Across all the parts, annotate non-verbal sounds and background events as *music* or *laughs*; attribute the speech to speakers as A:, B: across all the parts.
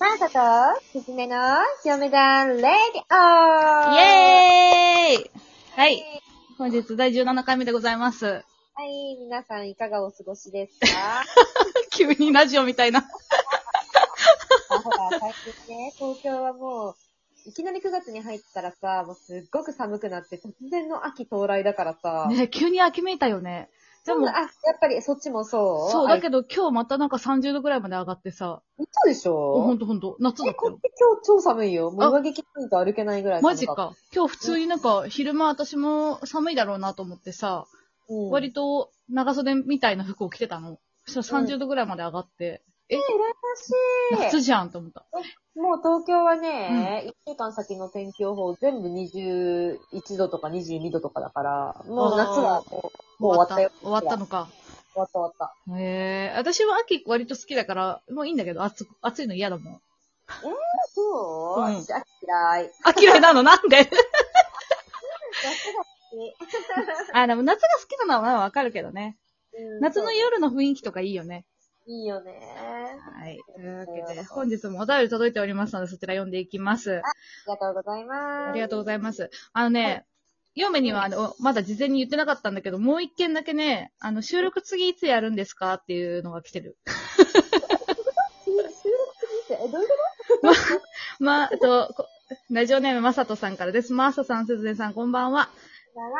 A: マサと、すずめの、嫁だレディ
B: イ
A: オ
B: エーイはい。
A: は
B: 本日第17回目でございます。
A: い、皆さんいかがお過ごしですか
B: *laughs* 急にラジオみたいな。
A: あほら、最近ね、東京はもう、いきなり9月に入ったらさ、もうすっごく寒くなって、突然の秋到来だからさ。
B: ね、急に秋めいたよね。で
A: でも、
B: も
A: あ、、やっぱりそっちもそう
B: そう、だ
A: ど。
B: けど今日またなんか30度ぐらいまで上がってさ。
A: 嘘でし
B: ほ
A: ょ
B: んとほんと。夏だ
A: え、
B: った
A: こっ
B: よ。
A: て今日超寒いよ。も
B: あ
A: う上着着ないと歩けないぐらい寒
B: マジ
A: った。
B: か。今日普通になんか昼間私も寒いだろうなと思ってさ、
A: うん、
B: 割と長袖みたいな服を着てたの。そしたら30度ぐらいまで上がって、
A: 羨ましい
B: 夏じゃんと思った。
A: もう東京はね、一週間先の天気予報全部21度とか22度とかだから、もう夏はもうもう終わったよ。
B: 終わったのか。
A: 終わった終わった。
B: ええ私は秋割と好きだから、もういいんだけど、暑く、暑いの嫌だもん。
A: そう、
B: うん
A: 私、秋嫌い。
B: *laughs* あ、嫌いなのなんで
A: 夏が好
B: *laughs* あ、でも夏が好きなのはまあわかるけどね。
A: き。うん
B: 夏の夜の雰囲気とかいいよね。
A: いいよね。
B: はい。というわけで、本日もお便り届いておりますので、そちら読んでいきます。
A: ありがとうございます。。
B: ありがとうございますす。あのね、嫁にはあの、まだ事前に言ってなかったんだけど、もう一件だけね、あの、収録次いつやるんですかっていうのが来てる。
A: 収録すぎて、え、どういうこ
B: まあ、あと、こラジオネームまさとさんからです。まささん、すずねさん、こんばんは。
A: とだな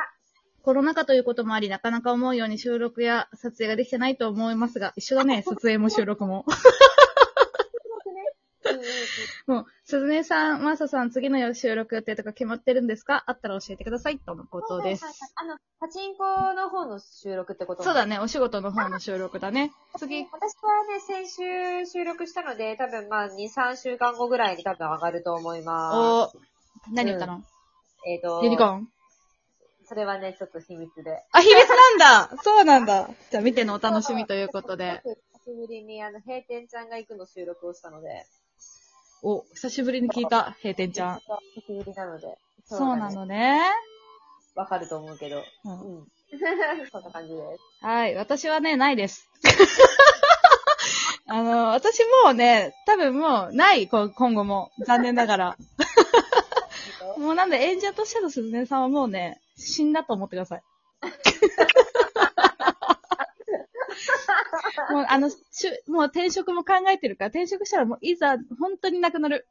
B: コロナ禍ということもあり、なかなか思うように収録や撮影ができてないと思いますが、一緒だ *laughs* ね、撮影も収録も。
A: うんうんうん
B: もう、鈴音さん、マーサさん、次の収録予定とか決まってるんですかあったら教えてください、とのことです。
A: はいはいはいあの、パチンコの方の収録ってこと
B: そうだね、お仕事の方の収録だね。次
A: 私、はね、先週収録したので、多分まあ2、3週間後ぐらいに多分上がると思いま
B: お何言ったの、
A: す。えっ、と
B: ユニコーン
A: それはね、ちょっと秘密で。
B: あ、秘密なんだ *laughs* そうなんだじゃあ見てのお楽しみということで。
A: ちょっと久しぶりにあの、閉店ちゃんが行くの収録をしたので、
B: お、久しぶりに聞いた、閉店ちゃん。
A: 久しぶりなので、
B: そうな
A: だね
B: のね。
A: わかると思うけど、
B: う
A: うん
B: *laughs*
A: ん。そんな感じです。
B: はい、私はね、ない *laughs* です。あの、私もうね、多分もう、ない、こ今後も。残念ながら。もうなんで、演者としての鈴音さんはもうね、死んだと思ってくだ *laughs* さい。もう、あの、しゅもう転職も考えてるから、転職したらもう、いざ、本当になくなる。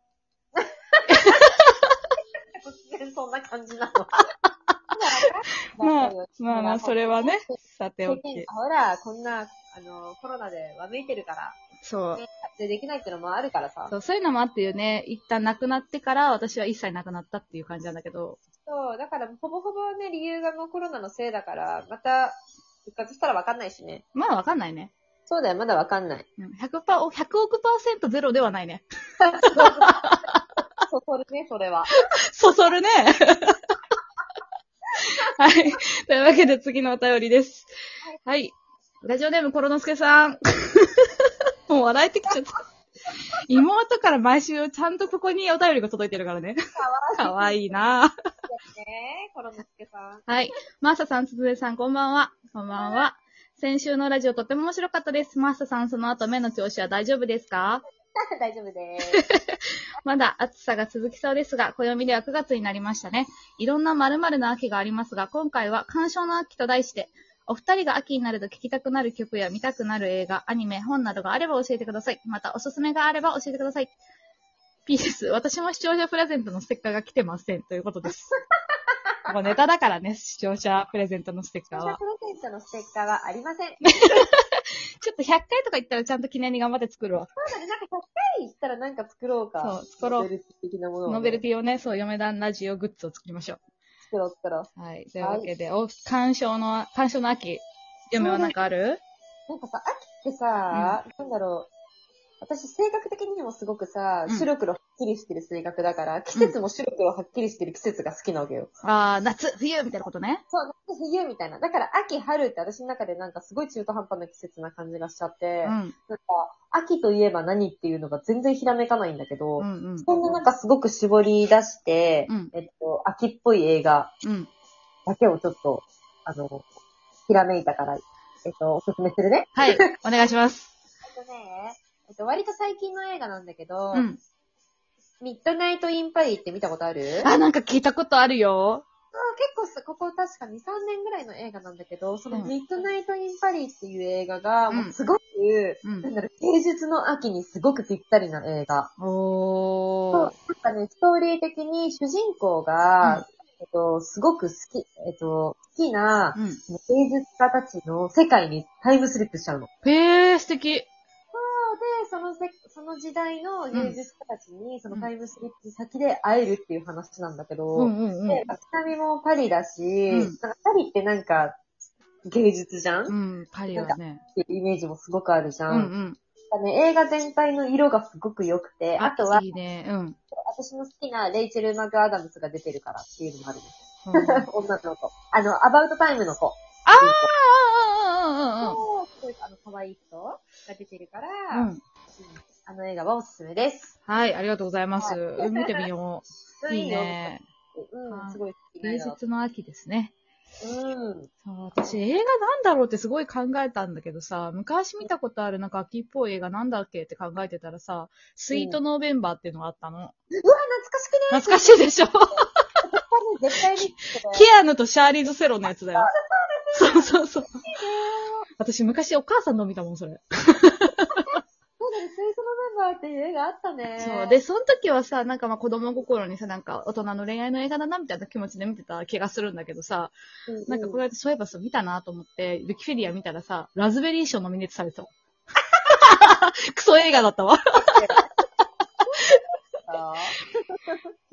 A: 突然そんな感じな
B: *laughs*
A: の。
B: まあ、まあまあ、それはね、さて
A: 世
B: おき。
A: 間がほら、こんな、あの、コロナでわめいてるから、
B: そう。
A: 撮影できないってのもあるからさ。
B: そう、そういうのもあってよね、一旦なくなってから、私は一切なくなったっていう感じなんだけど。
A: そう、だからほぼほぼね、理由がもうコロナのせいだから、また復活したらわかんないしね。
B: まあ、わかんないね。
A: そうだよ、まだわかんない。
B: うん100%パー、100億パーセントゼロではないね。
A: そそるね、それ *laughs* は。
B: そそるね。 *laughs* はい。というわけで次のお便りです。はい。ラジオネームコロノスケさん。 *laughs* もう笑えてきちゃった。妹から毎週ちゃんとここにお便りが届いてるからね。かわいいな
A: ねえ、コロノスケさん。
B: はい。マーサさん、つづえさん、こんばんは。こんばんは。先週のラジオとても面白かったです。マーサさん、その後目の調子は大丈夫ですか
A: *laughs* 大丈夫 *laughs* です。
B: まだ暑さが続きそうですが、暦では9月になりましたね。いろんな〇〇な秋がありますが、今回は鑑賞の秋と題して、お二人が秋になると聴きたくなる曲や見たくなる映画、アニメ、本などがあれば教えてください。またおすすめがあれば教えてください。PS、私も視聴者プレゼントのステッカーが来てません。ということです。もうネタだからね、視聴者プレゼントのステッカー
A: 私は
B: は
A: プ。レゼントのステッカーはありません。そう
B: ちょっと100回とか言ったらちゃんと記念に頑張って作るわ。
A: だね、なんか100回行ったらなんか作ろうか。
B: そう作ろう
A: ノベルティ的なものをね、
B: ノベルティをね、そう、嫁団ラジオグッズを作りましょう。
A: 作ろう作ろう。
B: はい。というわけで、お、鑑賞の、鑑賞の秋、嫁はなんかある
A: なんかさ、秋ってさ、なんだろう。私、性格的にもすごくさ、
B: うん
A: 白黒はっきりしてる性格だから、季節も白黒はっきりしてる季節が好きなわけよ。
B: あー、夏、冬みたいなことね。
A: そう、冬みたいな。だから秋、春って私の中でなんかすごい中途半端な季節な感じがしちゃって、
B: う
A: なんか
B: ん。
A: 秋といえば何っていうのが全然ひらめかないんだけど、
B: うんうん。
A: そんな中すごく絞り出して、
B: うん
A: えっと、秋っぽい映画
B: うん。
A: だけをちょっと、あの、ひらめいたから、えっと、おすすめするね。
B: はい。お願いします。
A: えっとね、ええっと、割と最近の映画なんだけど、
B: うん。
A: ミッドナイト・イン・パリって見たことあるあ
B: あ、なんか聞いたことあるよ。
A: 結構す、ここ確か2、3年ぐらいの映画なんだけど、その
B: うん
A: ミッドナイト・イン・パリっていう映画が、
B: うん
A: もうすごく、
B: う
A: なん
B: ん。
A: だろう、芸術の秋にすごくぴったりな映画。そう
B: おー。
A: なんかね、ストーリー的に主人公が、えっと、すごく好き、えっと、好きな
B: うん。
A: 芸術家たちの世界にタイムスリップしちゃうの。
B: へえ、素敵。
A: で、そのせ、その時代の芸術家たちに、そのタイムスリップ先で会えるっていう話なんだけど、
B: うんうんうん
A: で、。街並みもパリだし、
B: ん
A: なんかパリってなんか芸術じゃん、
B: う
A: っ
B: ん、パリはね。
A: ていうイメージもすごくあるじゃ。
B: うんん
A: なんかね、映画全体の色がすごく良く
B: う
A: て、
B: ん。
A: あとはい
B: いね。うん。
A: 私の好きなレイチェル・マグ・アダムスが出てるからっていうのもあるんです。
B: う
A: *laughs*
B: ん
A: 女の子。あの、アバウトタイムの子。あ
B: あ
A: そうすごいあの、可愛い人が出てるから、
B: ーうんうんう
A: う
B: んうん。うん。
A: んあの映画はおすすめです。
B: はい、ありがとうございます。うん見てみよう。いいね。
A: うん、すごい好きな
B: 芸
A: 映画。
B: 術の秋ですね。
A: うん。
B: そう、私映画なんだろうってすごい考えたんだけどさ、昔見たことあるなんか秋っぽい映画なんだっけって考えてたらさ、スイートノーベンバーっていうのがあったの。
A: 懐かしくない
B: 懐かしいでしょ
A: 絶対見て
B: ケアヌとシャーリーズ・セロンのやつだよ。 *laughs* そうそうそう。私昔お母さんの見たもん、それ。
A: そうだね、水素のメンバーっていう映画あったね。
B: そう。で、その時はさ、なんかまあ子供心にさ、なんか大人の恋愛の映画だなみたいな気持ちで見てた気がするんだけどさ、
A: うう、
B: なんかこれそういえばさ、見たなと思って、ウィキペディア見たらさ、ラズベリー賞ノミネートされて *laughs* たわ。クソ映画だったわ。
A: あ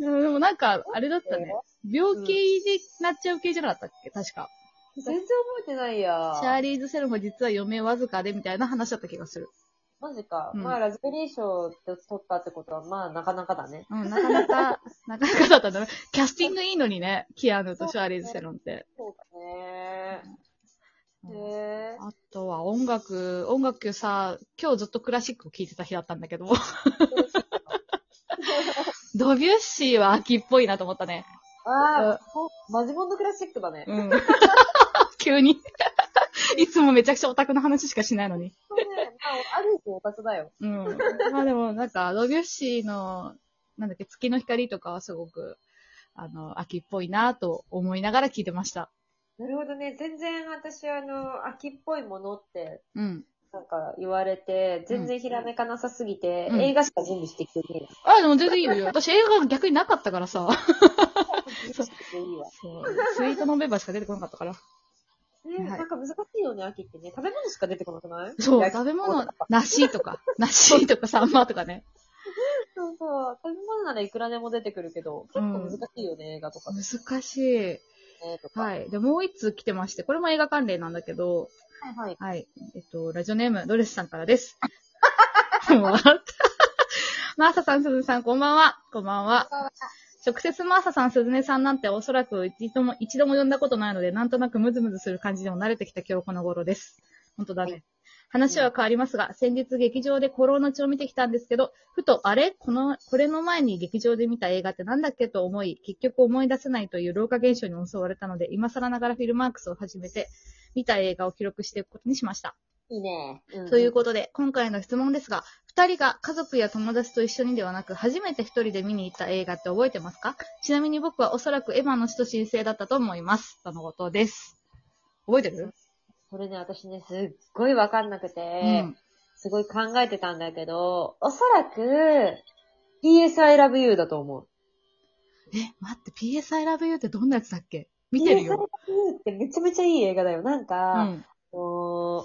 B: でもなんか、あれだったね。病気でなっちゃう系じゃなかったっけ確か。
A: 全然覚えてないや。
B: シャーリーズ・セロンが実は余命わずかでみたいな話だった気がする。
A: マジか。
B: うん
A: まあ、ラズベリー賞って取ったってことは、まあ、なかなかだね。
B: うん、なかなか、なかなかだったんだね。キャスティングいいのにね、キアヌとシャーリーズ・セロンって。
A: そうだね。へ
B: うん
A: え。
B: あとは音楽、音楽さ、今日ずっとクラシックを聴いてた日だったんだけど、ドビュッシーは秋っぽいなと思ったね。
A: ああ、ほマジモンドクラシックだね。
B: うん。急に。いつもめちゃくちゃオタクの話しかしないのに。
A: そうね。まあ、ある意味オタクだよ。
B: うん。まあでもなんか、ドビュッシーの、なんだっけ、月の光とかはすごく、あの、秋っぽいなと思いながら聞いてました。
A: なるほどね。全然私、あの、秋っぽいものって、
B: うん。
A: なんか言われて、全然ひらめかなさすぎて、
B: うん
A: 映画しか準備してきてね
B: あ、でも全然いい *laughs* よ。私映画が逆になかったからさ。
A: えな。そう。いいわ。
B: そう。 *laughs* スイートのメンバーしか出てこなかったから。
A: ね、
B: はい
A: なんか難しいよね、秋ってね。食べ物しか出てこなくない
B: そう、
A: 焼き
B: 食べ
A: そう
B: 物、梨と *laughs* か、梨とかサンマとかね。
A: そうそう。食べ物ならいくらでも出てくるけど、結構難しいよね、映画とかね、
B: 難しい。
A: とか。
B: はい。で、もう一通来てまして、これも映画関連なんだけど、
A: はいはい。
B: はい。えっと、ラジオネーム、ドレスさんからです。 *laughs* もう笑った。マーサさん、すずねさん、こんばんは。こんばんは。直接マーサさん、すずねさんなんておそらく一度も、一度も呼んだことないので、なんとなくムズムズする感じでも慣れてきた今日この頃です。本当だね。話は変わりますが、先日劇場で古老の血を見てきたんですけど、ふと、あれこの、これの前に劇場で見た映画ってなんだっけと思い、結局思い出せないという老化現象に襲われたので、今更ながらフィルマークスを始めて、見た映画を記録していくことにしました。
A: いいね。うん
B: ということで、今回の質問ですが、二人が家族や友達と一緒にではなく、初めて一人で見に行った映画って覚えてますかちなみに僕はおそらくエヴァの死と神聖だったと思います。とのことです。覚えてる、
A: これね、私ね、すっごいわかんなくて、すごい考えてたんだけど、おそらく、PS I love you だと思う。
B: うん。え、待って、PS I love you ってどんなやつだっけ見てる
A: PS I love
B: よ。
A: you ってめちゃめちゃいい映画だよ。なん
B: う
A: か、
B: ん。
A: あのー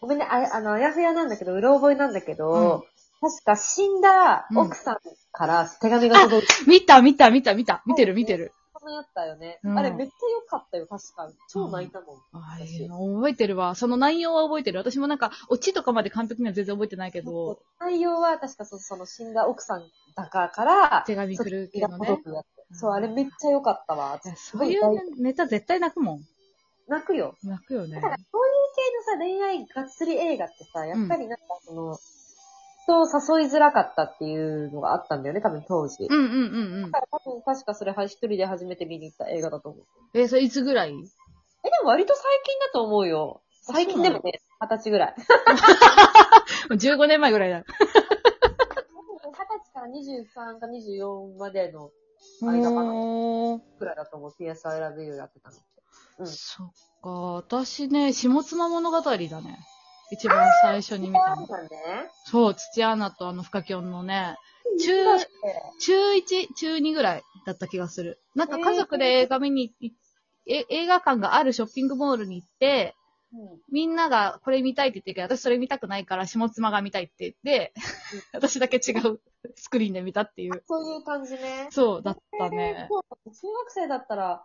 A: ごめんね、ああの、あやふやなんだけど、うろ覚えなんだけど、確か死んだ奥さんから手紙が届いて
B: 見た、見た、見た、見た。見てる、見てる。
A: このやったよね。
B: うん
A: あれめっちゃ良かったよ、確かに。超泣いたもん。
B: あ
A: 私
B: いいな覚えてるわ。その内容は覚えてる。私もなんか、オチとかまで完璧には全然覚えてないけど、
A: 内容は確かそその死んだ奥さんだかから、
B: 手紙来る
A: 手
B: けど
A: が
B: ね
A: 届。くやつ。
B: う
A: そう、
B: ん
A: あれめっちゃ良かったわ。
B: いや
A: す
B: そ
A: ご
B: うい
A: いう
B: ねネタ絶対泣くもん。
A: 泣くよ。
B: 泣くよね
A: だ。から、そういう系のさ、恋愛がっつり映画ってさ、やっぱりなんかその、人を誘いづらかったっていうのがあったんだよね、多分当時。
B: うんうんうんうん
A: だか。ら多分確かそれは一人で初めて見に行った映画だと思う。
B: え、それいつぐらい
A: え、でも割と最近だと思うよ。最近でもね、二十歳ぐらい。
B: ?15 年前ぐらいだ。
A: 23か24までの間かな
B: おー。
A: くらいだと思う。PS I Love You やってたのって。うん
B: そっか、私ね、下妻物語だね。一番最初に見たの。
A: だね。
B: そう、土アナとあの、フカキョンのね、中中1、中2ぐらいだった気がする。なんか家族で映画見に、え映画館があるショッピングモールに行って、
A: うん
B: みんながこれ見たいって言ってるけど、私それ見たくないから、下妻が見たいって言って、 *laughs* 私だけ違うスクリーンで見たっていう。
A: そういう感じね。
B: そう、だったね。
A: そうだね中学生だったら、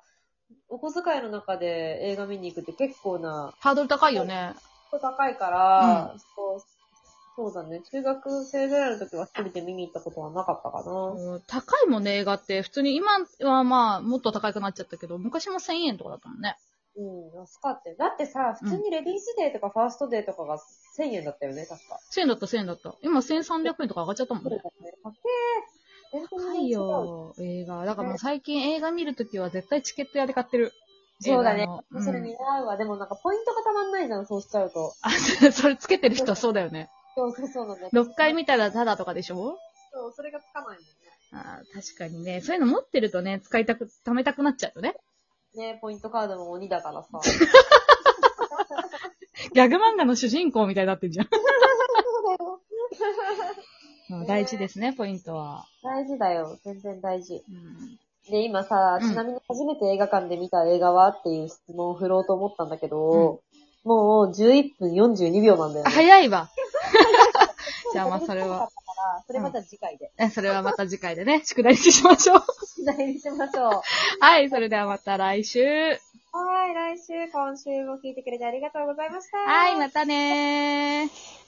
A: お小遣いの中で映画見に行くって結構な、
B: ハードル高いよね。
A: 高いから、そうそうだね。中学生ぐらいの時は一人で見に行ったことはなかったかな。
B: うん高いもんね、映画って。普通に今はまあ、もっと高くなっちゃったけど、昔も1000円とかだったもんね。
A: うん、安かったよだってさ、普通にレディースデーとかファーストデーとかが1000円だったよね、確か。
B: 1000円だった、1000円だった。今1300円とか上がっちゃったもん
A: そうだ
B: ね
A: ね。。高え。全然
B: 高いよ、映画。だからもう最近映画見るときは絶対チケット屋で買ってる。
A: そうだね
B: 映画の
A: 違う。それ
B: うん
A: 似合うわ。でもなんかポイントがたまんないじゃん、そうしちゃうと。
B: あ、 *laughs* そそれつけてる人はそうだよね。
A: そうそうそうなんだ。
B: 6回見たらタダとかでしょ
A: そう、それがつかないもんね。
B: あー確かにね。そういうの持ってるとね、使いたく、貯めたくなっちゃうよね。
A: ねポイントカードも鬼だから
B: *laughs*
A: さ。
B: ギャグ漫画の主人公みたいになってんじゃ *laughs* ん。
A: ん
B: うん大事ですね、ポイントは。
A: 大事だよ。全然大事。
B: うん
A: で、今さ、
B: うん
A: ちなみに初めて映画館で見た映画はっていう質問を振ろうと思ったんだけど、もう11分42秒なんだよ、
B: あ
A: ね。い。
B: 早いわ。じゃあまあ
A: *laughs*
B: それは。
A: それまた次回
B: *laughs*
A: で。
B: え *laughs* それはまた次回でね、 *laughs* 宿題にしましょう。
A: 次回にしましょう。
B: はい、それではまた来週。
A: はい、来週、今週も聞いてくれてありがとうございました。
B: はい、またねー。